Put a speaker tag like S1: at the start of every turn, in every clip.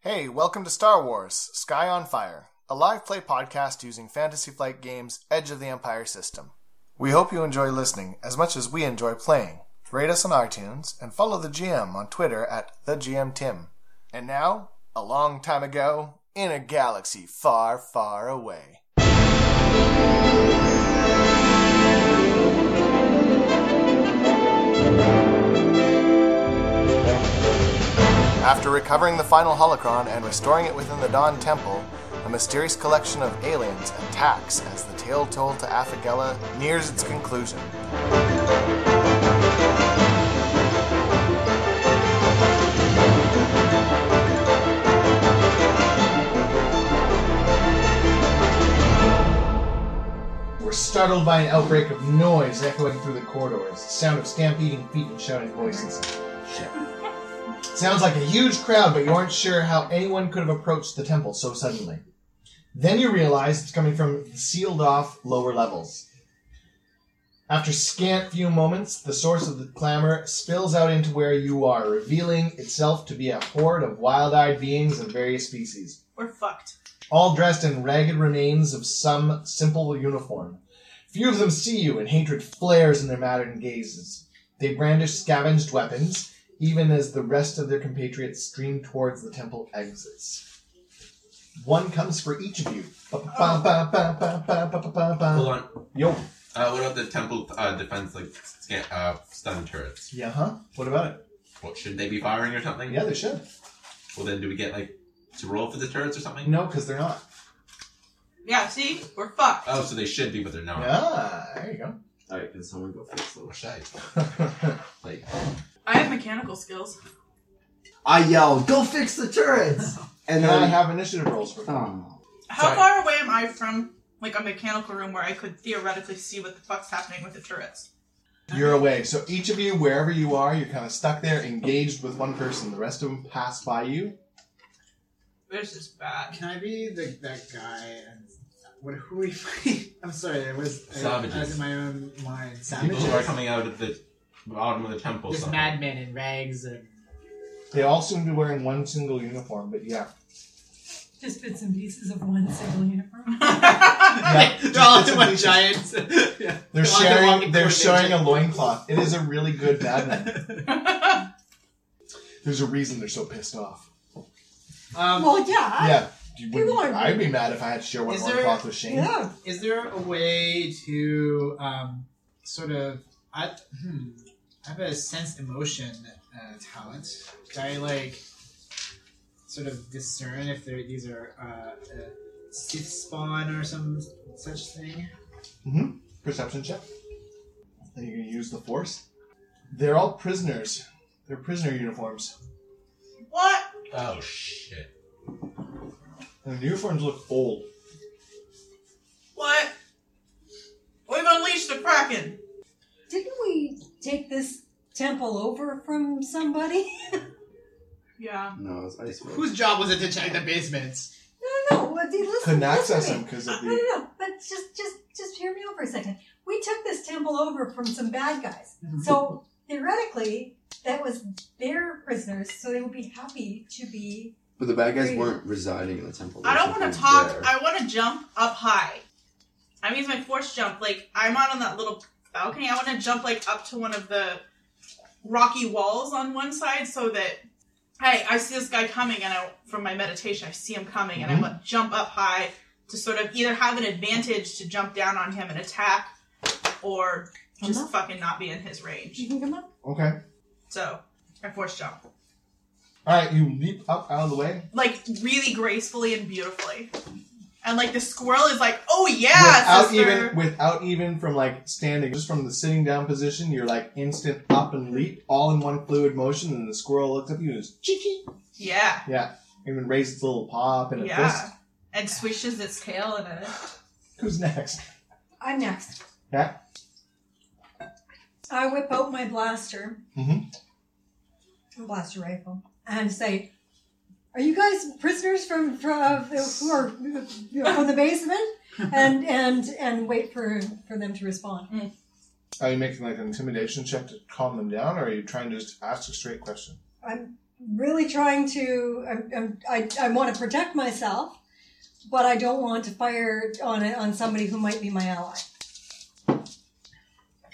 S1: Hey, welcome to Star Wars Sky on Fire, a live play podcast using Fantasy Flight Games' Edge of the Empire system. We hope you enjoy listening as much as we enjoy playing. Rate us on iTunes and follow the GM on Twitter at TheGMTim. And now, a long time ago, in a galaxy far, far away. After recovering the final holocron and restoring it within the Dawn Temple, a mysterious collection of aliens attacks as the tale told to Athagella nears its conclusion. We're startled by an outbreak of noise echoing through the corridors, the sound of stampeding feet and shouting voices. Sounds like a huge crowd, but you aren't sure how anyone could have approached the temple so suddenly. Then you realize it's coming from the sealed off lower levels. After scant few moments, the source of the clamor spills out into where you are, revealing itself to be a horde of wild eyed beings of various species
S2: We're fucked.
S1: all dressed in ragged remains of some simple uniform. Few of them see you, and hatred flares in their maddened gazes. They brandish scavenged weapons, even as the rest of their compatriots stream towards the temple exits. One comes for each of you.
S3: Hold on.
S1: Yo.
S3: Uh, what about the temple uh, defense, like scan, uh, stun turrets?
S1: Yeah, huh? What about it?
S3: What should they be firing or something?
S1: Yeah, they should.
S3: Well, then do we get like to roll for the turrets or something?
S1: No, because they're not.
S2: Yeah, see? We're fucked.
S3: Oh, so they should be, but they're not. Oh,
S1: Ah, there you go.
S3: Alright, can someone go first? Little shy. Like,
S2: I have mechanical skills.
S4: I yell, "Go fix the turrets!" And
S1: and
S4: then
S1: I have initiative rolls for you.
S4: Oh.
S2: How
S3: Sorry.
S2: far away am I from like a mechanical room where I could theoretically see what the fuck's happening with the turrets?
S1: You're away. So each of you, wherever you are, you're kind of stuck there, engaged with one person. The rest of them pass by you.
S2: This is bad.
S5: Can I be the, that guy? And what who we fight? I'm sorry, I was I, I was
S3: Savages.
S5: in my own
S3: people who
S5: mind.
S3: are
S5: Savages.
S3: coming out of the bottom of the temple.
S5: Just
S3: something.
S5: madmen in rags and
S1: They all seem to be wearing one single uniform, but yeah.
S6: Just bits and pieces of one single uniform.
S1: Yeah.
S5: they're all in one giant. yeah.
S1: They're
S5: They're walking-
S1: sharing
S5: walking
S1: they're
S5: through
S1: sharing a
S5: nature.
S1: loincloth. It is a really good madman. There's a reason they're so pissed off.
S5: Um,
S6: well, yeah.
S1: Yeah. You wouldn't-
S6: People are-
S1: I'd be mad if I had to share one
S5: Is there-
S1: loincloth with Shane.
S6: Yeah.
S5: is there a way to um, sort of I hmm, I have a sense emotion uh, talent. Can I like sort of discern if there these are uh, uh, Sith spawn or some such thing?
S1: Perception check. Are you gonna use the force? They're all prisoners. They're prisoner uniforms.
S2: what?
S3: Oh, shit.
S1: And the uniforms look old.
S2: What? We've unleashed the Kraken.
S6: Didn't we take this temple over from somebody?
S2: Yeah.
S4: no, it's ice. Who
S5: Whose job was it to check the basements?
S6: No, no, no. Well, dude,
S1: Couldn't
S6: listen, listen
S1: access
S6: to
S1: them
S6: me.
S1: because of
S6: No,
S1: the
S6: no, no. But just, just, just hear me out for a second. We took this temple over from some bad guys. So theoretically, that was their prisoners, so they would be happy to be.
S4: But the bad guys weren't residing in the temple.
S2: I
S4: There's
S2: don't want to
S4: nothing
S2: talk.
S4: there.
S2: I want to jump up high. I'm using my force jump. Like I'm out on that little balcony. I want to jump like up to one of the rocky walls on one side so that hey, I see this guy coming, and I from my meditation I see him coming, and I want jump up high to sort of either have an advantage to jump down on him and attack, or just
S6: Uh-huh.
S2: fucking not be in his range.
S6: You can come up.
S1: Okay.
S2: So I force jump
S1: Alright, you leap up out of the way.
S2: like really gracefully and beautifully. And like the squirrel is like, oh yeah,
S1: without
S2: sister.
S1: even without even from like standing, just from the sitting down position, you're like instant up and leap, all in one fluid motion, and the squirrel looks up at you and is cheeky.
S2: Yeah,
S1: Yeah. Even raises its little paw up in a
S2: Yeah.
S1: fist.
S2: and swishes its tail in it.
S1: Who's next?
S6: I'm next.
S1: Yeah.
S6: I whip out my blaster,
S1: Mhm. Mm-hmm.
S6: my blaster rifle, and say, "Are you guys prisoners from from uh, who are uh, from the basement?" And and and wait for for them to respond.
S1: Are you making like an intimidation check to calm them down, or are you trying to just ask a straight question?
S6: I'm really trying to. I'm, I'm, I I want to protect myself, but I don't want to fire on it on somebody who might be my ally.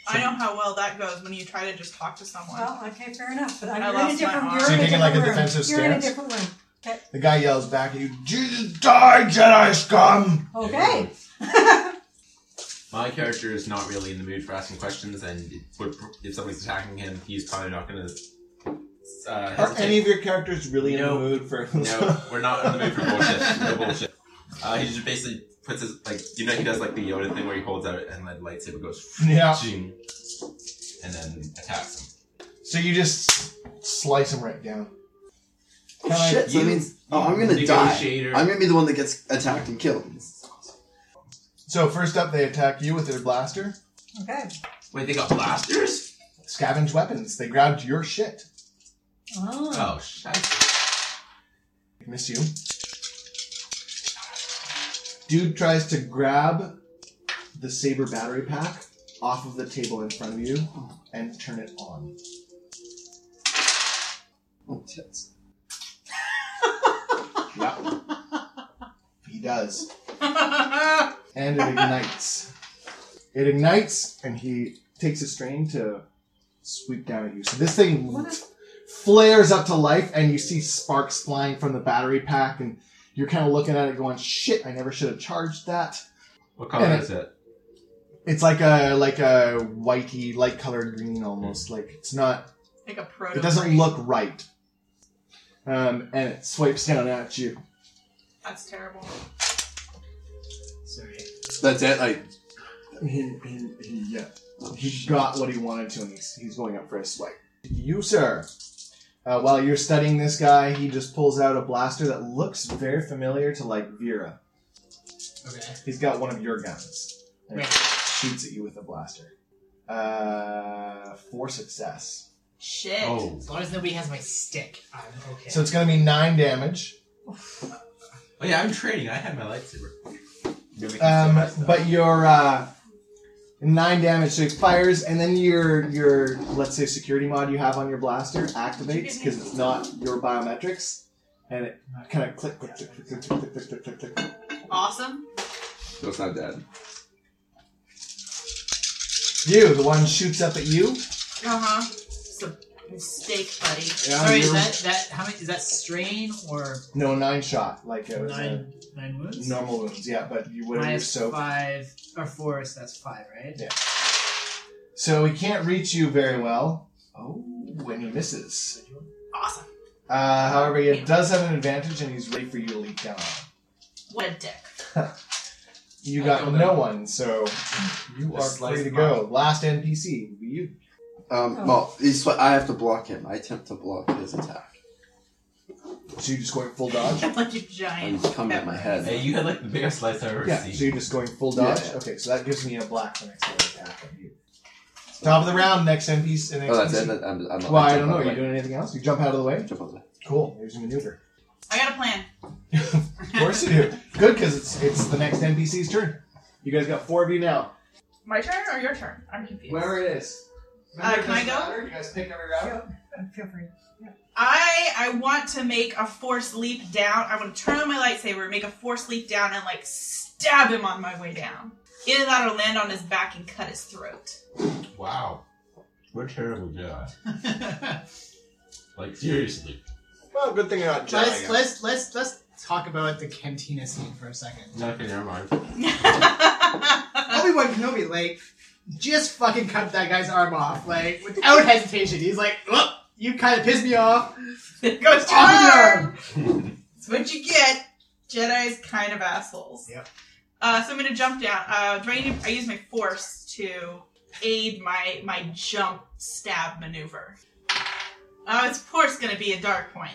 S2: I know how well that goes when you try to just talk to someone.
S6: Well, okay, fair enough. But I'm,
S2: I
S6: you're in
S2: lost my
S6: a different.
S2: arm.
S6: You're
S2: So
S6: in
S1: you're
S6: a
S1: taking,
S6: different
S1: like, a
S6: room.
S1: defensive
S6: you're in a
S1: stance?
S6: different room.
S1: The guy yells back at you, Jesus, die, Jedi scum!
S6: Okay.
S3: My character is not really in the mood for asking questions, and it would, pr- if somebody's attacking him, he's probably not going to. Uh,
S1: Are
S3: hesitate.
S1: any of your characters really
S3: No.
S1: in the mood for.
S3: No, we're not in the mood for bullshit. No bullshit. Uh, he just basically puts his like you know he does like the Yoda thing where he holds out and then lightsaber goes
S1: Yeah.
S3: ching, and then attacks him.
S1: So you just slice him right down. Kinda like
S4: Oh, Shit, so
S3: you-
S4: that means oh, I'm gonna die.
S3: Negotiator.
S4: I'm gonna be the one that gets attacked and killed.
S1: So first up, they attack you with their blaster.
S6: Okay.
S3: Wait, they got blasters?
S1: Scavenge weapons. They grabbed your shit.
S3: Oh
S6: Oh.
S3: shit!
S1: Miss you. Dude tries to grab the saber battery pack off of the table in front of you and turn it on.
S4: Oh, tits.
S1: Yeah. he does. And it ignites. It ignites, and he takes a strain to sweep down at you. So this thing
S6: What is-
S1: flares up to life, and you see sparks flying from the battery pack, and you're kind of looking at it going, shit, I never should have charged that.
S3: What color
S1: And
S3: is it?
S1: It's like a like a whitey, light colored green almost. Like it's not.
S2: like a proto.
S1: It doesn't look right. Um, and it swipes down at you.
S2: That's terrible.
S5: Sorry.
S4: That's it. Like
S1: He, he, he, yeah, he got what he wanted to, and he's, he's going up for his swipe. You, sir. Uh, while you're studying this guy, he just pulls out a blaster that looks very familiar to like Vera.
S5: Okay.
S1: He's got one of your guns. And
S5: Right.
S1: shoots at you with a blaster. Uh, for success.
S2: Shit.
S3: Oh,
S5: As long as nobody has my stick, I'm okay.
S1: So it's going to be nine damage.
S3: oh yeah, I'm trading. I had my lightsaber. You're making
S1: Um,
S3: so much
S1: but your uh, nine damage so it expires, and then your your let's say security mod you have on your blaster activates because it's not your biometrics, and it kind of click click click click click click click click click. click.
S2: Awesome.
S3: stuff. So it's not dead.
S1: You, the one shoots up at you.
S2: Uh huh. It's a mistake, buddy.
S1: Yeah,
S5: Sorry, is
S1: you're-
S5: that that how many is that strain or
S1: No nine shot, like it was uh,
S5: nine nine wounds?
S1: normal wounds. Yeah, but you would you're
S5: Minus
S1: soaked.
S5: five or four, so that's five, right?
S1: So he can't reach you very well. Oh, when he misses.
S2: Awesome.
S1: Uh, however, he does have an advantage, and he's ready for you to leap down. on him.
S2: What a dick.
S1: You
S3: I
S1: got
S3: don't
S1: no
S3: know.
S1: one, so you
S3: Just
S1: are
S3: slice
S1: free to
S3: them
S1: go. Last NPC would be you.
S4: um,
S6: Oh.
S4: well, he's, sw- I have to block him. I attempt to block his attack.
S1: So you're just going full dodge?
S2: like a
S4: I'm
S2: giant.
S4: coming at my
S3: Hey,
S4: head.
S3: you had like the biggest slice I've ever
S1: yeah, so
S3: seen.
S1: you're just going full dodge?
S4: Yeah.
S1: Okay, so that gives me a black for next time I attack on you. Top of the round, next NPC. Next
S4: Oh, that's
S1: NPC.
S4: it. I'm, I'm, I'm
S1: Well, I don't know. Are you
S4: jump out of the way.
S1: doing anything else? You jump out of the way?
S4: Jump out of the way.
S1: Cool. There's a maneuver.
S2: I got a plan.
S1: Of course you do. Good, because it's, it's the next NPC's turn. You guys got four of you now.
S2: My turn or your turn? I'm confused.
S1: Where it is.
S2: Uh, can I
S1: Doesn't
S2: go?
S1: matter. You guys pick every round?
S6: Feel free.
S2: I I want to make a force leap down. I want to turn on my lightsaber, make a force leap down, and like stab him on my way down. Either that or land on his back and cut his throat.
S3: Wow, we're terrible Jedi. Like seriously.
S1: Well, good thing you're not
S5: let's let's let's let's talk about the cantina scene for a second.
S3: Okay, never mind.
S2: Uh,
S5: Obi Wan Kenobi, like, just fucking cut that guy's arm off, like, without hesitation. He's like, "Look, you kind of pissed me off."
S2: there goes your
S5: Arm!
S2: arm. That's what you get. Jedi's kind of assholes.
S5: Yep.
S2: Uh, so I'm gonna jump down. Uh, do I need? I use my force to aid my my jump stab maneuver. Uh, it's of course gonna be a dark point.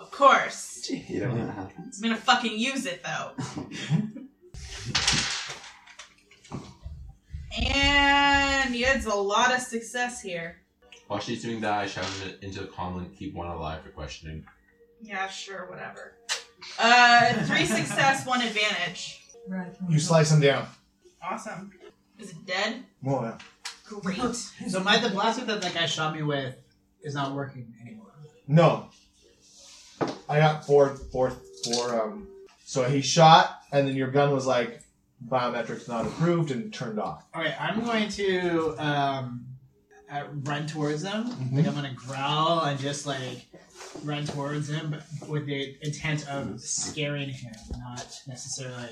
S2: Of course.
S4: Gee, you don't know how.
S2: I'm gonna fucking use it though. and yeah, it's a lot of success here.
S3: While she's doing that, I shout in- into the common, keep one alive for questioning.
S2: Yeah, sure, whatever. Uh, three success, one advantage.
S6: Right.
S1: You slice him down.
S2: Awesome. Is it dead?
S1: Well, yeah.
S2: Great.
S5: So my the blaster that that guy shot me with is not working anymore.
S1: No, I got four, four, four. Um, so he shot, and then your gun was like biometrics not approved and turned off.
S5: All right, I'm going to um, uh, run towards them.
S1: Mm-hmm.
S5: Like I'm gonna growl and just like run towards him but with the intent
S1: Mm-hmm.
S5: of scaring him, not necessarily.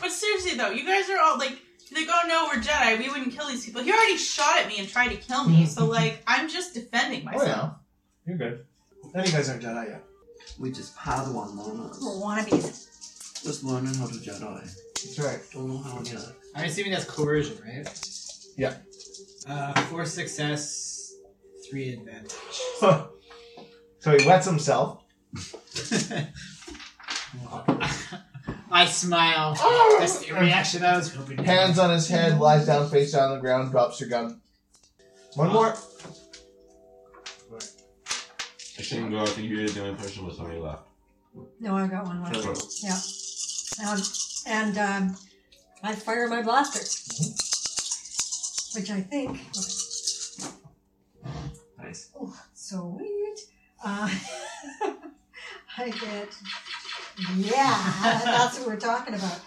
S2: But seriously though, you guys are all like, like, oh no, we're Jedi. We wouldn't kill these people. He already shot at me and tried to kill me. So like, I'm just defending
S1: Oh
S2: myself.
S1: yeah, you're good. None of you guys aren't Jedi yet.
S4: We just Padawan
S6: We're
S4: learners.
S6: wannabes.
S4: Just learning how to Jedi.
S1: That's right.
S4: Don't know how yet.
S5: I'm assuming that's coercion, right?
S1: Yeah.
S5: Uh, four success, three advantage.
S1: so he wets himself.
S5: I smile. That's the reaction I was hoping.
S1: Ah! Hands on his head, lies down face down on the ground, drops your gun. One more.
S3: I shouldn't go. I think you're the only person with somebody left.
S6: No, I got one left.
S3: So,
S6: Um, and um, I fire my blaster, which I think.
S4: Nice.
S6: Oh, so weird. Uh, I get. Yeah, that's what we're talking about.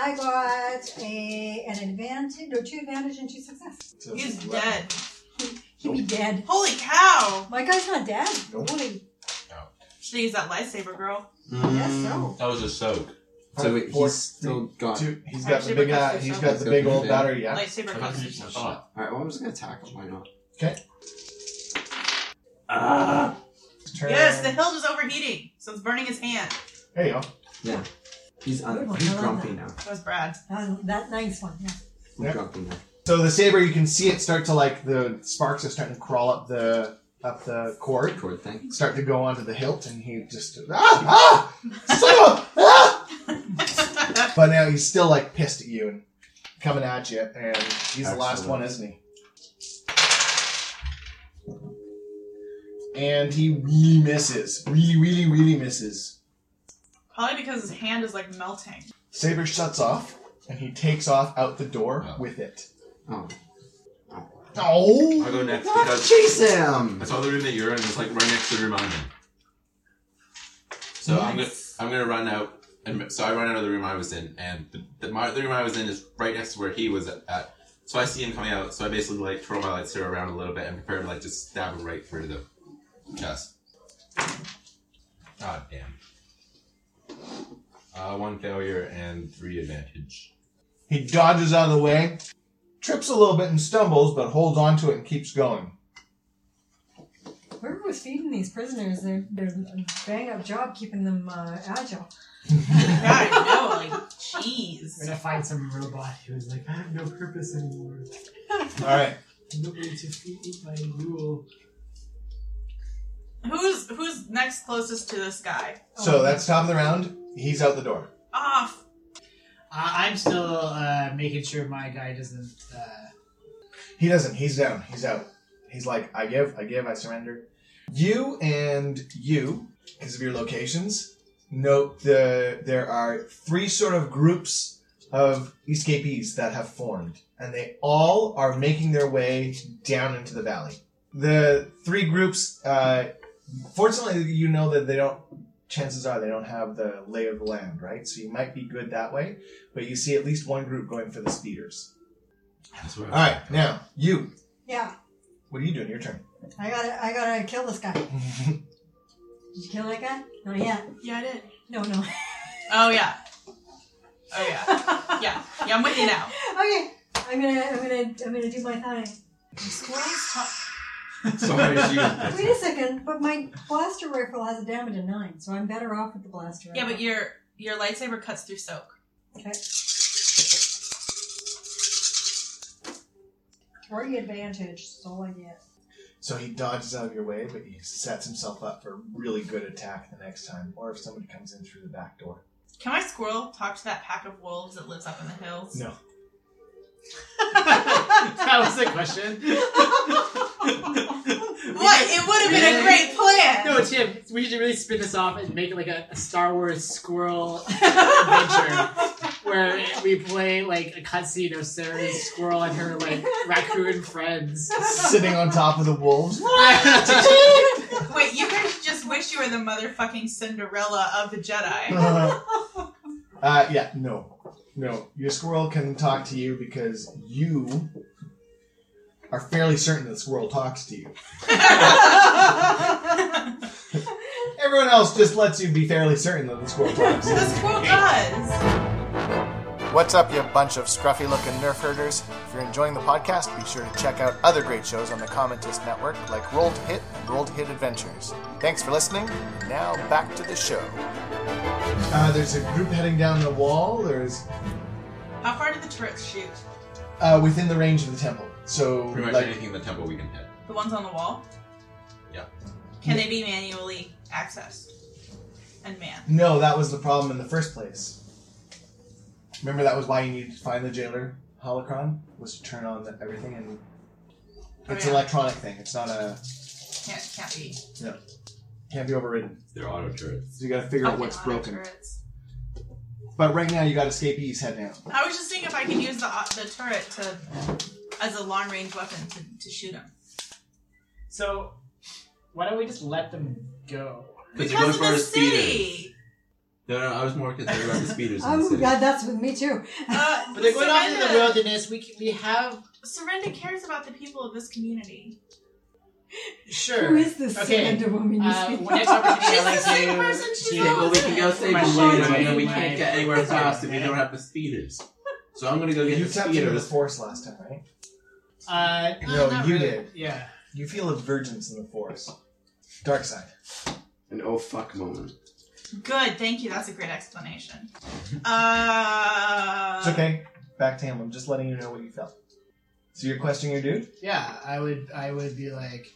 S6: I got a an advantage, or two advantage and two success.
S1: So
S2: He's
S1: left.
S2: dead.
S6: He'd be dead.
S2: Holy cow!
S6: My guy's not dead.
S1: Nope.
S6: Holy,
S2: Should use that lightsaber, girl.
S6: yes, so.
S3: that was a soak.
S4: So wait,
S1: Four,
S4: he's still gone.
S1: two- he's got the
S2: Actually,
S1: big.
S2: because
S1: Uh,
S2: there's
S1: he's
S2: no-
S1: got the big old
S4: Yeah.
S1: battery. Yeah.
S2: Lightsaber
S3: I thought you just
S2: constitution.
S3: thought.
S4: Alright, well, I'm just gonna attack him. Why not?
S1: Okay.
S4: Ah!
S1: Turn.
S2: Yes, the hilt is overheating, so it's burning his hand.
S1: There you go.
S4: He's, un-
S6: Good one,
S4: he's
S6: I love
S4: grumpy
S6: that.
S4: now.
S2: That was Brad.
S6: Uh, that nice one. Yeah.
S4: I'm
S1: Yeah.
S4: grumpy now.
S1: So the saber, you can see it start to like the sparks are starting to crawl up the up the cord,
S4: Awkward thing.
S1: start to go onto the hilt, and he just ah ah, son of a- ah! But now he's still like pissed at you and coming at you, and he's the last
S4: Excellent.
S1: one, isn't he? And he really misses, really, really, really misses.
S2: Probably because his hand is like melting.
S1: Saber shuts off, and he takes off out the door
S3: Oh.
S1: with it.
S4: Oh.
S1: Oh,
S3: I'll go next
S4: Not
S3: because
S4: chase him!
S3: I saw the room that you're in. It's like right next to the room I'm in. So I'm gonna I'm gonna run out, and so I run out of the room I was in, and the, the, my, the room I was in is right next to where he was at, at. So I see him coming out. So I basically like twirl my lightsaber around a little bit and prepare to like just stab him right through the chest. God damn. Uh, one failure and three advantage.
S1: He dodges out of the way, trips a little bit and stumbles, but holds onto it and keeps going.
S6: Whoever was feeding these prisoners, they're, they're a bang up job keeping them uh, agile.
S2: God, no, like,
S5: We're
S2: jeez.
S5: gonna find some robot who's like, I have no purpose anymore.
S1: All right,
S5: Nobody to feed my rule.
S2: Who's who's next closest to this guy?
S4: Oh.
S1: so that's top of the round. He's out the door.
S2: Ah,
S5: Uh, I'm still uh, making sure my guy doesn't. Uh,
S1: He doesn't. He's down. He's out. He's like, I give, I give, I surrender. You and you, because of your locations, note the there are three sort of groups of escapees that have formed, and they all are making their way down into the valley. The three groups, uh, fortunately, you know that they don't. Chances are they don't have the lay of the land, right? So you might be good that way, but you see at least one group going for the speeders.
S3: That's what I
S1: All right, now you.
S6: yeah.
S1: What are you doing? Your turn.
S6: I gotta, I gotta kill this guy. Did you kill that guy? Not yet.
S2: yeah, I did.
S6: No, no.
S2: Oh yeah. Oh yeah. Yeah. Yeah, I'm with you now.
S6: okay, I'm gonna, I'm gonna, I'm gonna do my thigh.
S3: so how do you see
S6: Wait a second, but my blaster rifle has a damage of nine, so I'm better off with the blaster.
S2: Yeah,
S6: Rifle.
S2: but your your lightsaber cuts through soak.
S6: Three advantage, so I get.
S1: So he dodges out of your way, but he sets himself up for a really good attack the next time, or if somebody comes in through the back door.
S2: Can my squirrel talk to that pack of wolves that lives up in the hills?
S1: No.
S5: that was the question.
S2: What? It would have been a great plan.
S5: No, Tim, we should really spin this off and make it like a, a Star Wars squirrel adventure where we play like a cutscene of Sarah's squirrel and her like raccoon friends.
S1: Sitting on top of the wolves.
S2: Wait, you guys just wish you were were the motherfucking Cinderella of the Jedi.
S1: uh, yeah, no. No. Your squirrel can talk to you because you are fairly certain that the squirrel talks to you. Everyone else just lets you be fairly certain that the squirrel talks.
S2: the squirrel does.
S1: What's up, you bunch of scruffy looking nerf herders? If you're enjoying the podcast, be sure to check out other great shows on the Commentist Network like Roll to Hit and Roll to Hit Adventures. Thanks for listening. Now back to the show. Uh, there's a group heading down the wall. There's
S2: How far did the turrets shoot?
S1: uh, within the range of the temple. So,
S3: Pretty much
S1: like,
S3: anything in the temple we can hit.
S2: The ones on the wall?
S3: Yeah.
S2: Can they be manually accessed? And man.
S1: no, that was the problem in the first place. Remember, that was why you needed to find the jailer holocron was to turn on the, everything, and
S2: Oh,
S1: it's
S2: yeah.
S1: an electronic thing. It's not a
S2: Can't, can't be.
S1: can't be overridden.
S3: They're auto turrets.
S1: So you got to figure out
S2: Okay,
S1: what's
S2: auto
S1: broken.
S2: turrets.
S1: But right now, you got escapees head down.
S2: I was just thinking if I could use the, the turret to as a long range weapon to, to shoot them.
S5: So, why don't we just let them go?
S3: Because they're
S2: Because
S3: going
S2: of
S3: for our
S2: the
S3: speeders.
S2: city!
S3: No, no, I was more concerned about the speeders in the
S6: Oh
S3: city.
S6: god, that's with me too.
S2: Uh,
S5: But they're going off into the
S2: Surrender-
S5: wilderness. We c- we have
S2: Surrender cares about the people of this community.
S5: sure.
S6: Who is this
S5: Okay.
S6: Surrender woman? you
S5: Uh,
S6: speak
S5: well, next
S6: of?
S5: opportunity,
S2: She's
S5: I'd like
S2: the same
S5: to-
S2: person, she's
S5: to-
S2: the
S3: Okay, well, we can go save
S5: My
S3: them later, but
S5: shiny-
S3: then we
S5: my-
S3: can't get anywhere fast if we don't have the speeders. So I'm gonna go get
S1: You
S3: the
S1: tapped into the
S3: speeders.
S1: force last time, right?
S5: Uh,
S1: No,
S5: not
S1: you
S5: really.
S1: did.
S5: Yeah.
S1: You feel a vergence in the force. Dark side.
S4: An oh fuck moment.
S2: Good, thank you. That's a great explanation. Uh,
S5: Uh,
S1: It's okay. Back to him. I'm just letting you know what you felt. So you're questioning your dude?
S5: Yeah, I would. I would be like,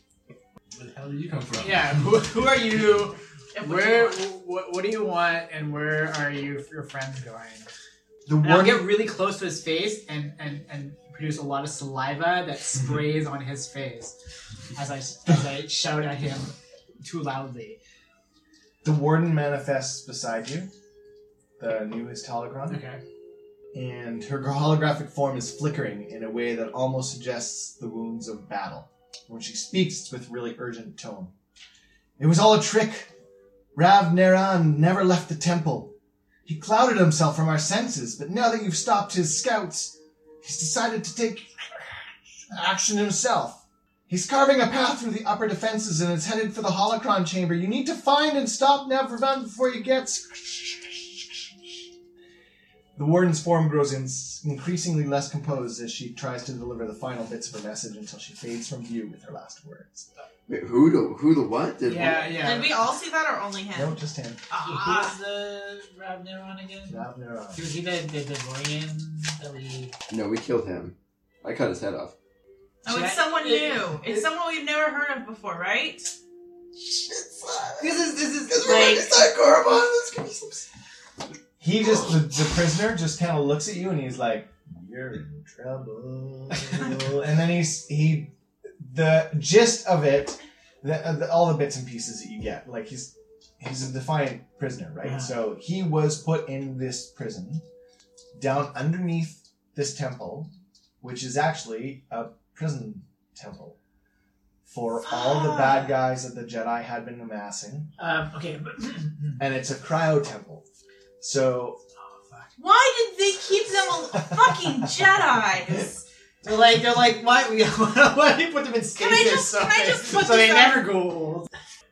S3: Where the hell did you come from?
S5: yeah. Who, who are you?
S2: If we
S5: Where?
S2: want.
S5: What, what do you want? And where are you? Your friends going?
S1: The
S5: And I'll
S1: warning.
S5: get really close to his face and and and produce a lot of saliva that sprays on his face as I as I shout at him too loudly.
S1: The warden manifests beside you. The newest hologram,
S5: Okay.
S1: and her holographic form is flickering in a way that almost suggests the wounds of battle. When she speaks, it's with really urgent tone. It was all a trick. Rav Neran never left the temple. He clouded himself from our senses, but now that you've stopped his scouts, he's decided to take action himself. He's carving a path through the upper defenses and is headed for the holocron chamber. You need to find and stop Nevervan before he gets. The warden's form grows in- increasingly less composed as she tries to deliver the final bits of her message until she fades from view with her last words.
S4: Wait, who the who the what? Did
S5: Yeah,
S4: what?
S5: yeah.
S2: Did we all see that or only him?
S1: No, just him.
S5: Who was
S2: Ah,
S5: the Rav Neron again?
S1: Rav Neran.
S5: Was he the the Devorian that we?
S4: No, we killed him. I cut his head off.
S2: oh, it's
S5: Should I-
S2: someone
S5: it-
S2: new. It's
S5: it-
S2: someone we've never heard of before, right?
S4: This is this is
S5: This like- is
S4: like horrible. This could be some.
S1: He just the, the prisoner just kind of looks at you and he's like, "You're in trouble." and then he's he the gist of it, the, uh, the, all the bits and pieces that you get, like he's he's a defiant prisoner, right?
S5: Yeah.
S1: So he was put in this prison down underneath this temple, which is actually a prison temple for all the bad
S2: Fuck.
S1: guys that the Jedi had been amassing,
S5: Um, okay. But,
S1: and it's a cryo temple. So
S5: oh fuck.
S2: Why did they keep them al- fucking Jedi's?
S5: They're like they're like why we why do you put them in
S2: Can I
S5: stasis
S2: just-
S5: so
S2: can I
S5: they,
S2: just put
S5: so they
S2: this up?
S5: never go old.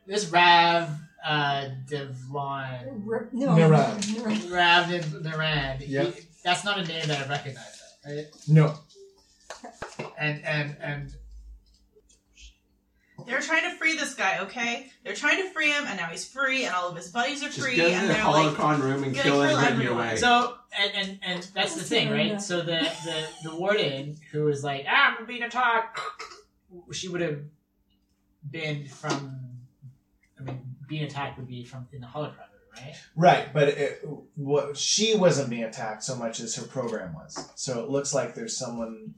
S5: This Rav uh, Devlon
S6: R- no,
S1: Neran.
S6: Neran.
S5: Rav Naran.
S1: Yeah.
S5: That's not a name that I recognize, though, right?
S1: no,
S5: And and and
S2: They're trying to free this guy, okay? They're trying to free him, and now he's free, and all of his buddies are
S3: Just
S2: free,
S3: get in
S2: and
S3: the
S2: they're like,
S3: holocron room and
S2: gonna
S3: kill
S2: kill
S3: everyone your
S2: everyone.
S3: way.
S5: so and, and and that's the thing, right? So the the the warden who was like, ah, I'm being attacked. She would have been from. I mean, being attacked would be from in the holocron, room, right?
S1: Right, but it, what she wasn't being attacked so much as her program was. So it looks like there's someone.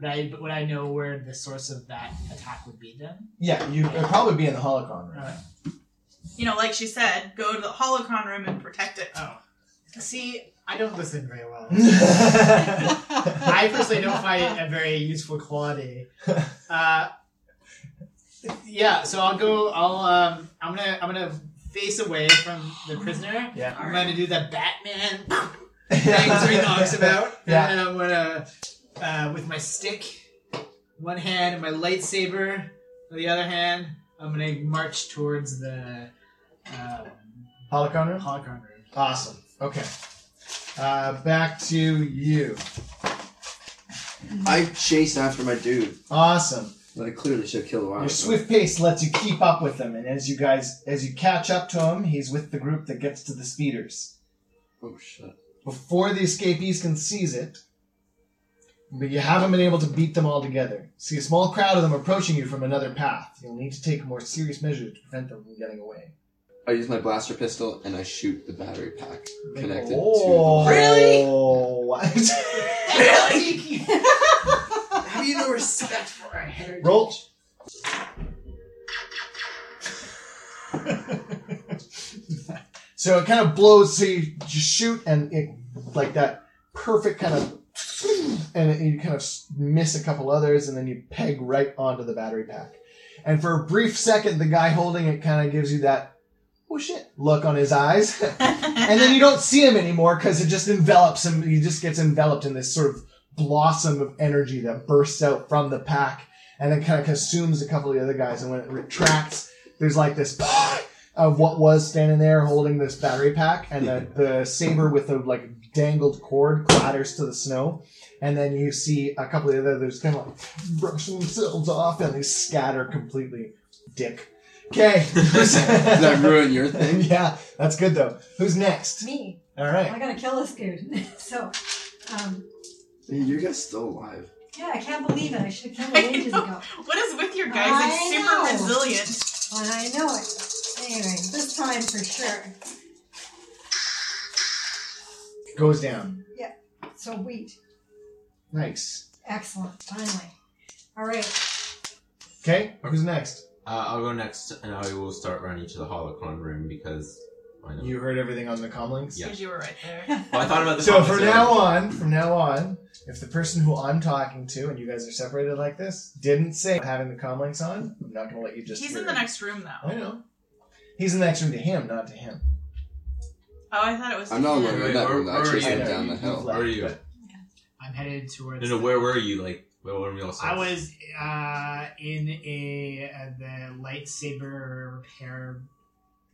S5: Would I would I know where the source of that attack would be then?
S1: Yeah, you it'd probably be in the holocron room.
S5: Alright.
S2: you know, like she said, go to the holocron room and protect it.
S5: Oh,
S2: See,
S5: I don't listen very well.
S1: I
S5: I personally don't find it a very useful quality. Uh, Yeah, so I'll go. I'll um. I'm gonna. I'm gonna face away from the prisoner.
S1: Yeah.
S5: I'm gonna do the Batman thing three knocks about.
S1: Yeah.
S5: And I'm gonna uh, with my stick, one hand, and my lightsaber, with the other hand. I'm gonna march towards the um,
S1: Holocron room?
S5: holocron room.
S1: Awesome. Okay. Uh, back to you.
S4: I chase after my dude,
S1: Awesome.
S4: but I clearly should have killed a while
S1: Your
S4: ago.
S1: swift pace lets you keep up with him, and as you guys, as you catch up to him, he's with the group that gets to the speeders.
S4: Oh shit!
S1: Before the escapees can seize it, but you haven't been able to beat them all together. See a small crowd of them approaching you from another path. You'll need to take more serious measures to prevent them from getting away.
S4: I use my blaster pistol and I shoot the battery pack connected
S1: oh,
S4: to.
S2: Really?
S1: Really?
S5: Have you no respect for our heritage?
S1: Roll. so it kind of blows. So you just shoot, and it like that perfect kind of, and it, you kind of s- miss a couple others, and then you peg right onto the battery pack. And for a brief second, the guy holding it kind of gives you that oh shit look on his eyes, and then you don't see him anymore because it just envelops him. He just gets enveloped in this sort of blossom of energy that bursts out from the pack and then kind of consumes a couple of the other guys. And when it retracts, there's like this of what was standing there holding this battery pack, and the, the saber with the like dangled cord clatters to the snow. And then you see a couple of the others kind of like brush themselves off, and they scatter completely. Dick. Okay.
S4: Does that ruin your thing?
S1: yeah, that's good though. Who's next?
S6: Me.
S1: All right.
S6: I gotta kill this dude. so, um,
S4: Dude, your guy's still alive.
S6: yeah, I can't believe it. I should have killed
S2: I
S6: him ages
S2: know.
S6: ago.
S2: What is with your guys? Like
S6: I
S2: super
S6: know.
S2: resilient.
S6: And I know it. Anyway, this time for sure.
S1: Goes down.
S6: So wheat.
S1: Nice.
S6: Excellent. Finally. All right.
S1: Okay. Who's next?
S3: Uh, I'll go next, and I will start running to the holocron room because why not?
S1: You heard everything on the comlinks.
S3: Yeah.
S2: Because you were right there.
S3: Well, I thought about the
S1: So
S3: comments
S1: from
S3: earlier.
S1: now on, from now on, if the person who I'm talking to and you guys are separated like this didn't say having the comlinks on, I'm not going to let you just.
S2: He's
S1: hear
S2: in the
S1: it.
S2: next room though.
S1: I know. He's in the next room to him, not to him.
S2: Oh, I thought it was.
S4: I'm not
S2: Yeah.
S4: alone in that
S3: Wait,
S4: room.
S3: where-
S4: I
S3: where are
S4: chased
S3: you?
S4: him
S1: I know,
S4: down
S1: you-
S4: the
S1: you've
S4: hill.
S1: left,
S3: Where are you?
S1: but-
S5: I'm headed towards.
S3: No, no. Where were you? Like, where were we all?
S5: I was uh, in a uh, the lightsaber repair.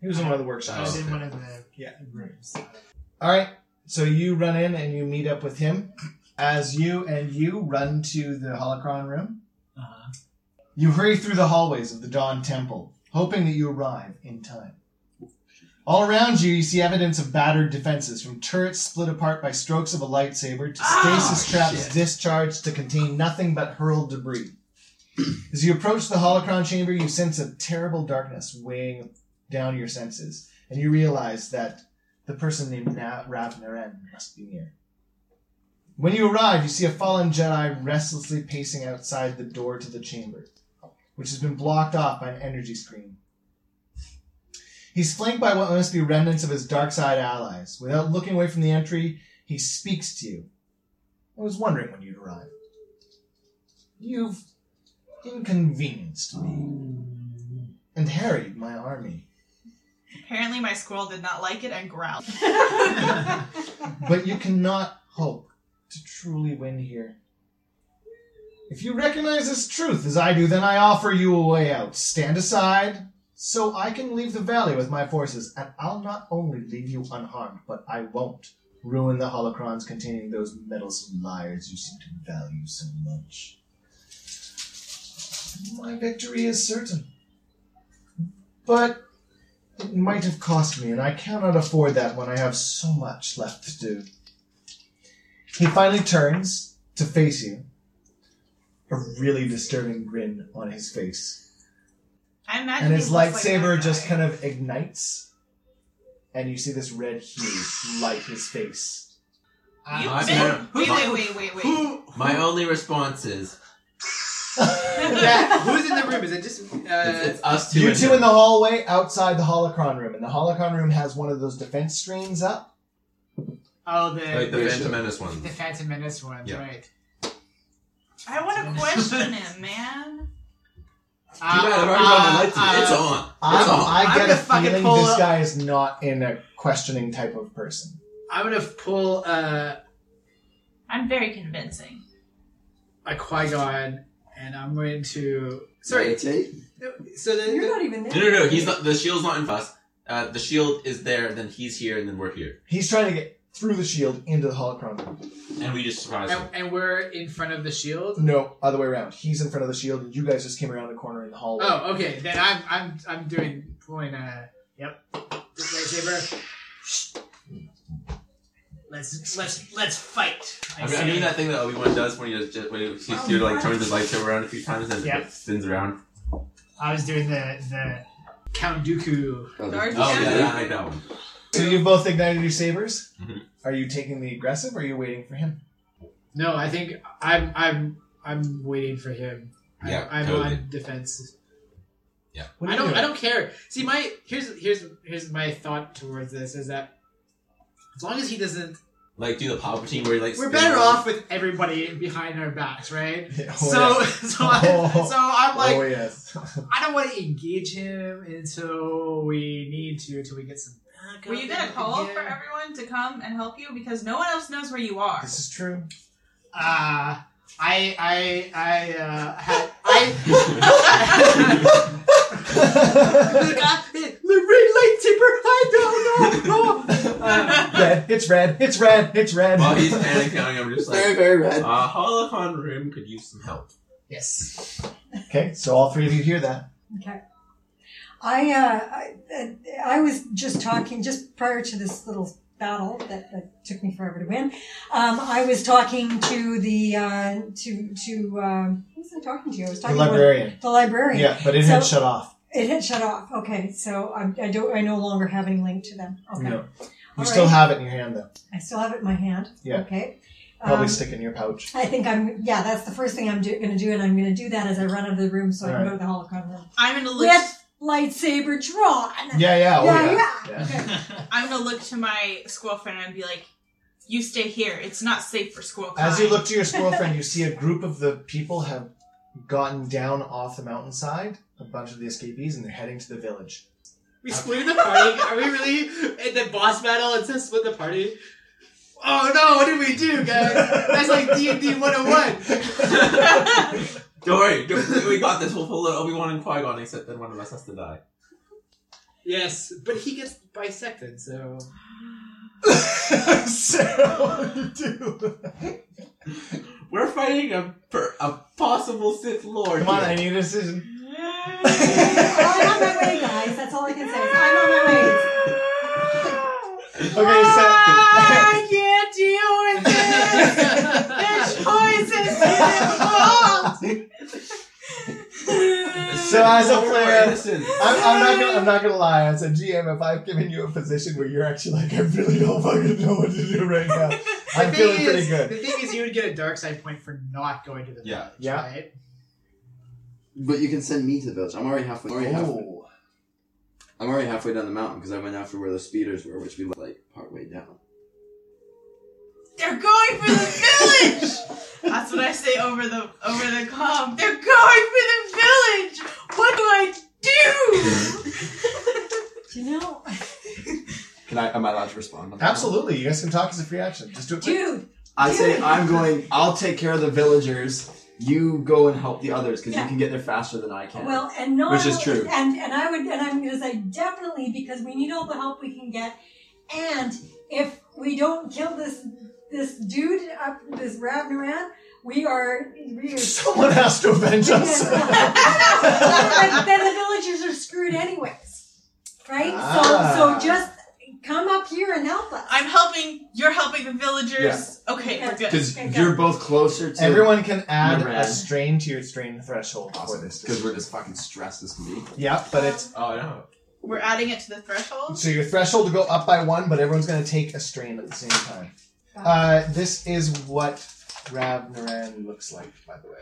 S1: He was in one of the
S5: I
S1: workshops.
S5: was
S3: Oh,
S5: in
S3: okay.
S5: one of the
S1: Yeah.
S5: rooms.
S1: All right. So you run in and you meet up with him. As you and you run to the holocron room,
S5: Uh-huh.
S1: you hurry through the hallways of the Dawn Temple, hoping that you arrive in time. All around you, you see evidence of battered defenses, from turrets split apart by strokes of a lightsaber to stasis traps
S4: shit.
S1: discharged to contain nothing but hurled debris. As you approach the holocron chamber, you sense a terrible darkness weighing down your senses, and you realize that the person named Na- Ravnaren must be near. When you arrive, you see a fallen Jedi restlessly pacing outside the door to the chamber, which has been blocked off by an energy screen. He's flanked by what must be remnants of his dark side allies. Without looking away from the entry, he speaks to you. I was wondering when you'd arrive. You've inconvenienced me and harried my army.
S2: Apparently, my squirrel did not like it and growled.
S1: but you cannot hope to truly win here. If you recognize this truth as I do, then I offer you a way out. Stand aside so I can leave the valley with my forces, and I'll not only leave you unharmed, but I won't ruin the holocrons containing those meddlesome liars you seem to value so much. My victory is certain. But it might have cost me, and I cannot afford that when I have so much left to do. He finally turns to face you, a really disturbing grin on his face.
S2: I imagine.
S1: And
S2: he
S1: his
S2: looks
S1: lightsaber
S2: like
S1: just kind of ignites, and you see this red hue light his face.
S5: Uh,
S2: You
S3: I'm
S2: been...
S3: gonna-
S2: Wait, wait, wait, wait, wait.
S3: My only response is
S5: Yeah, who's in the room? Is it just
S3: it's,
S5: uh,
S3: it's us two.
S1: You
S3: and
S1: two
S3: him.
S1: in the hallway outside the holocron room, and the holocron room has one of those defense screens up.
S5: oh the
S3: like the
S4: Yeah,
S3: Phantom
S4: sure.
S3: Menace
S5: the
S3: one.
S5: Phantom Menace one?
S3: Yeah.
S5: Right.
S2: I want to question him, man.
S3: Too bad, I've already got the lights in.
S5: Uh,
S3: it's on.
S1: I'm,
S3: It's on.
S1: I
S5: I'm
S1: get
S5: gonna
S1: a
S5: fucking
S1: feeling
S5: pull
S1: this
S5: up-
S1: guy is not in a questioning type of person.
S5: I'm gonna pull uh,
S2: I'm very convincing.
S5: a Qui Gon, and I'm going to. Sorry.
S4: Meditate.
S5: So the,
S6: You're
S5: the,
S6: not even there.
S3: No, no, no. He's not. The shield's not in us. Uh, the shield is there. Then he's here, and then we're here,
S1: He's trying to get through the shield into the holocron. room.
S3: and we just surprise him.
S1: Oh.
S5: and, and we're in front of the shield.
S1: No, other way around. He's in front of the shield, and you guys just came around the corner in the hallway.
S5: Oh, okay. Then I'm I'm I'm doing pulling a yep this lightsaber. Let's let's let's fight. I
S3: I'm,
S5: say.
S3: I'm doing that thing that Obi Wan does when he does just, when
S1: Oh,
S3: he, he, he like turns his lightsaber around a few times and
S5: Yeah.
S3: it spins around.
S5: I was doing the the Count Dooku.
S2: Dark
S3: Oh yeah,
S2: Yeah.
S3: yeah, I like that one.
S1: So you both ignited your sabers.
S3: Mhm.
S1: Are you taking the aggressive, or are you waiting for him?
S5: No, I think I'm I'm I'm waiting for him. I-
S3: Yeah,
S5: I'm
S3: totally.
S5: on defense.
S1: What are
S5: I
S1: you
S5: don't
S1: doing?
S5: I don't care. See, my here's here's here's my thought towards this is that as long as he doesn't,
S3: Like do the Palpatine where he like.
S5: we're
S3: spins
S5: better
S3: around.
S5: off with everybody behind our backs, right?
S1: Yeah, oh,
S5: so
S1: yeah.
S5: so I,
S1: Oh.
S5: so I'm like
S1: oh yes.
S5: I don't want to engage him until we need to, until we get some. backup
S2: Were you gonna
S5: in
S2: call
S5: here.
S2: for everyone to come and help you because no one else knows where you are?
S1: This is true.
S5: Uh, I, I, I, uh, had, I. Look, I, the red lightsaber. I don't know. no. Uh,
S1: red. It's red. It's red. It's red.
S3: While he's panicking, I'm just
S4: Very,
S3: like,
S4: very red.
S3: uh, Holocron room could use some help.
S5: yes.
S1: okay, so all three of you hear that.
S6: Okay. I, uh, I I was just talking just prior to this little battle that, that took me forever to win. Um, I was talking to the uh, to to um, who was I talking to? I was
S1: The
S6: talking
S1: librarian.
S6: to the librarian.
S1: Yeah, but it had
S6: So-
S1: shut off.
S6: It had shut off. Okay, so I, I don't I no longer have any link to them. Okay,
S1: No. You
S6: All
S1: still
S6: right.
S1: have it in your hand, though.
S6: I still have it in my hand.
S1: Yeah.
S6: Okay.
S1: Probably
S6: Um,
S1: stick in your pouch.
S6: I think I'm. Yeah, that's the first thing I'm do, going to do, and I'm going to do that as I run out of the room so I can
S1: All
S6: go to the holocron room.
S2: I'm gonna look.
S6: With lightsaber drawn.
S1: Yeah, yeah, oh,
S6: Yeah,
S1: yeah.
S6: yeah.
S1: Yeah.
S2: I'm gonna look to my squirrel friend and be like, "You stay here. It's not safe for squirrel."
S1: As you
S2: kind."
S1: look to your squirrel friend, you see a group of the people have gotten down off the mountainside, a bunch of the escapees, and they're heading to the village.
S5: we split the party. Are we really in the boss battle? It's just split the party. Oh no! What did we do, guys? That's like D and D 101.
S3: Don't worry, don't- we got this. We'll pull out Obi Wan and Qui Gon, except then one of us has to die.
S5: Yes, but he gets bisected, so.
S1: so, what do you do?
S3: We're fighting a per- a possible Sith Lord.
S1: Come on, I
S3: here.
S1: need a decision.
S6: I'm on my way, guys. That's all I can say. is I'm on my way.
S1: Okay, so.
S2: I can't deal with this. There's choices involved.
S1: So as a
S3: We're
S1: player-
S3: innocent.
S1: I'm, I'm not gonna. I'm not gonna lie. As a GM, if I've given you a position where you're actually like, I really don't fucking know what to do right now, I'm
S5: The
S1: feeling
S5: thing
S1: pretty
S5: is-
S1: good.
S5: The thing is, you would get a dark side point for not going to the
S3: Yeah.
S5: village,
S1: Yeah.
S5: right?
S4: But you can send me to the village. I'm already halfway. Already halfway
S1: Oh,
S4: I'm already halfway down the mountain because I went after where the speeders were, which we left, like part way down.
S2: They're going for the village. That's what I say over the over the comm. They're going for the village. What do I do?
S6: Do you know,
S7: Can I? Am I allowed to respond? on that?
S1: absolutely. You guys can talk as a free action. Just do it. quick.
S6: dude?
S4: I say I'm going. I'll take care of the villagers. You go and help the others because
S6: Yeah.
S4: you can get there faster than I can.
S6: Well, and not
S4: Which is true.
S6: And and I would and I'm going to say definitely because we need all the help we can get, and if we don't kill this this dude up this Ravnaran, we are we are.
S1: Someone has to avenge us.
S6: But then the villagers are screwed anyways, right?
S1: Ah.
S6: So so just come up here and help us.
S2: I'm helping. You're helping the villagers. Okay, we're good.
S4: because you're both closer to
S1: Everyone can add
S4: Number
S1: a
S4: add.
S1: strain to your strain threshold for
S7: Awesome.
S1: this.
S7: Because we're just fucking stressed as can be.
S1: Yeah, but it's
S3: Oh, I know.
S2: We're adding it to the threshold.
S1: so your threshold will go up by one, but everyone's going to take a strain at the same time. Uh, this is what Ravnaran looks like, by the way.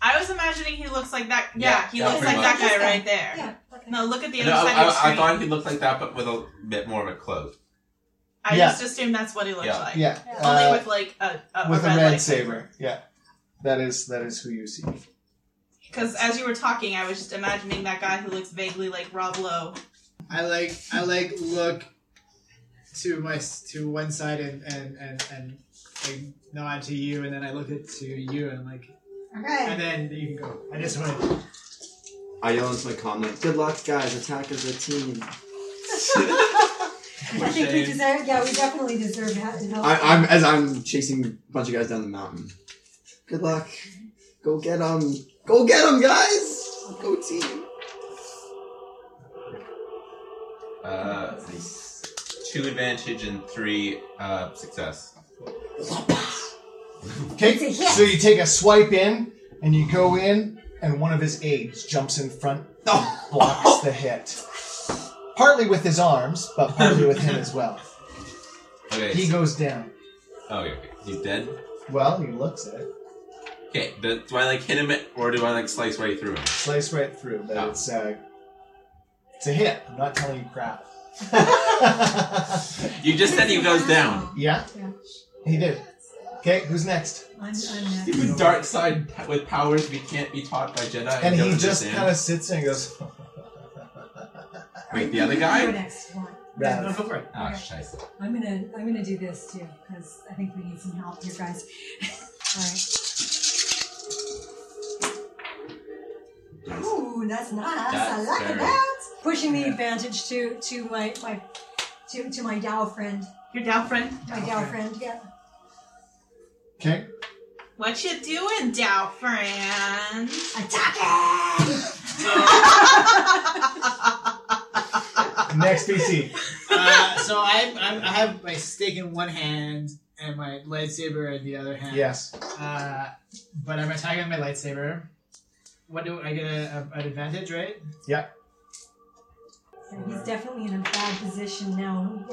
S2: I was imagining he looks like that. Yeah,
S3: Yeah,
S2: he
S3: yeah,
S2: looks like
S3: pretty
S2: that
S6: much.
S2: guy right there.
S6: yeah. okay.
S2: No, look at the
S3: No,
S2: other side
S3: I,
S2: of the
S3: I,
S2: screen.
S3: I
S2: I,
S3: thought he looked like that, but with a bit more of a cloak.
S1: Yeah.
S2: just assumed that's what he looked
S3: Yeah.
S2: like.
S1: Yeah,
S2: Only
S1: uh,
S2: with like a, a,
S1: with
S2: a red, lightsaber.
S1: saber. Yeah, that is that is who you see.
S2: Because as you were talking, I was just imagining that guy who looks vaguely like Rob Lowe.
S5: I like I like look to my s- to one side and and and and like nod to you, and then I look at to you and I'm like,
S6: Okay.
S5: and then you can go. I just want to.
S4: I yell into my comm like, "Good luck, guys! Attack as a team."
S6: I think we
S3: Shane.
S6: deserve. Yeah, we definitely deserve ha- help.
S4: I, I'm as I'm chasing a bunch of guys down the mountain. Good luck. Go get them. Go get them, guys. Go team.
S3: Uh, two advantage and three uh, success.
S1: Okay,
S6: It's a hit.
S1: so you take a swipe in, and you go in, and one of his aides jumps in front, blocks the hit. Partly with his arms, but partly with him as well.
S3: Okay.
S1: He
S3: so-
S1: goes down.
S3: oh, okay, okay. He's dead.
S1: Well, he looks at it,
S3: Okay. Do, do I like hit him or do I like slice right through him?
S1: slice right through, but
S3: Oh.
S1: it's uh, it's a hit. I'm not telling you crap.
S3: You just said he goes down.
S1: yeah,
S6: Yeah.
S1: he did. Okay, who's next?
S6: I'm, I'm
S3: He
S6: next.
S3: was dark side p- with powers we can't be taught by Jedi.
S1: And
S3: don't
S1: he just
S3: understand.
S1: kind of sits there and goes,
S3: Wait, the other guy?
S6: You're next. Come on.
S1: rather.
S5: No, go for it.
S3: Ah, scheiße.
S6: I'm gonna I'm gonna do this too because I think we need some help here, guys. All right. Ooh, that's nice.
S3: That's
S6: I like
S3: very-
S6: that. Pushing the advantage to to my my to to my Dow friend.
S2: Your Dow friend.
S6: My Dow friend. Yeah.
S1: Okay,
S2: What you doing, Dow friend?
S6: Attack it.
S1: next BC.
S5: Uh, so I'm, I'm I have my stick in one hand and my lightsaber in the other hand.
S1: Yes.
S5: Uh, but I'm attacking with my lightsaber. What do I get a, a, an advantage, right?
S6: And he's definitely in a bad position now,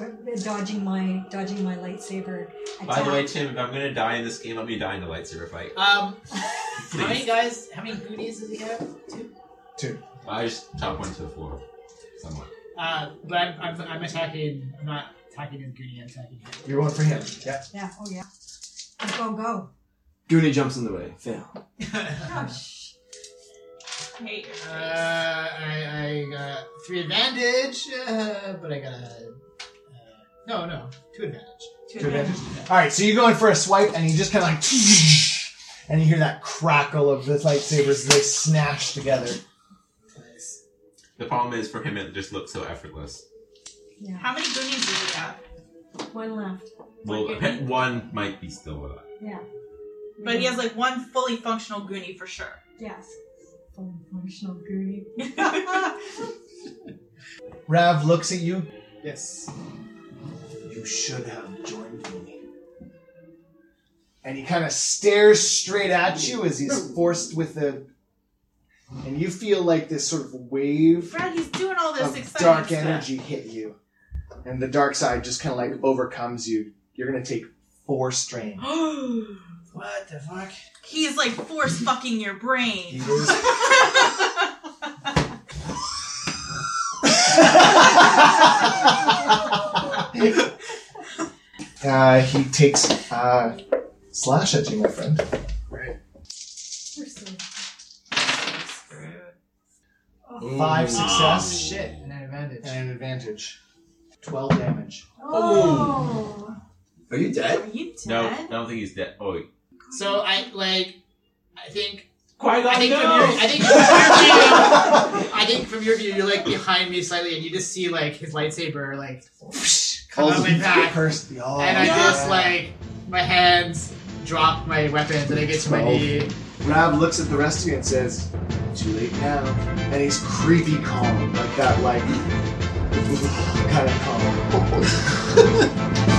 S6: dodging my dodging my lightsaber attack.
S3: By the way, Tim, if I'm gonna die in this game, let me die in a lightsaber fight.
S5: Um, how many
S3: Please.
S5: guys? How many goodies does he have? Two.
S3: I just chop one to the floor. Somewhat.
S5: Uh, but I'm, I'm, I'm attacking. I'm not attacking his goonie. I'm attacking him.
S1: You're going for him. Yeah.
S6: yeah. Oh yeah. Go go go.
S4: Goonie jumps in the way. Fail.
S6: Oh, sh-
S2: Hey, your
S5: Uh,
S2: face.
S5: I, I got three advantage, uh, but I got a. Uh, no, no, two advantage.
S2: Two
S1: Two
S2: advantage.
S1: advantages. All right, so you go in for a swipe, and you just kind of like, and you hear that crackle of the lightsabers as they snash together.
S5: Nice.
S3: The problem is for him, it just looks so effortless.
S6: yeah.
S2: How many goonies do you have?
S6: One left.
S3: Well,
S2: Like-
S3: one might be still alive.
S6: Yeah.
S2: But he has like one fully functional goonie for sure.
S6: Yes. Full functional gooey.
S1: Rav looks at you.
S5: Yes.
S1: You should have joined me. And he kind of stares straight at you as he's forced with the. And you feel like this sort of wave
S2: Brad, he's doing all this
S1: of
S2: exciting
S1: dark
S2: stuff.
S1: energy hit you. And the dark side just kind of like overcomes you. You're going to take four strain.
S5: What the fuck?
S2: He's like force fucking your
S1: He
S2: brain.
S1: is uh, he takes uh, slash at you, my friend.
S6: Seriously.
S1: Five
S5: Oh
S1: success
S5: shit! And an advantage.
S1: and an advantage. Twelve damage.
S6: Oh.
S4: Are you dead?
S2: Are you dead?
S3: No, I don't think he's dead. Oh,
S5: So I like. I think.
S3: quite
S5: I think, from your, I think from
S3: oh,
S5: your view, I think from your view, you're like behind me slightly, and you just see like his lightsaber like come out my back,
S1: Cursed the all.
S5: and I just like my hands drop my weapons, and I get to my
S1: Oh.
S5: knee.
S1: Rab looks at the rest of you and says, "Too late now." And he's creepy calm, like that, like kind of calm.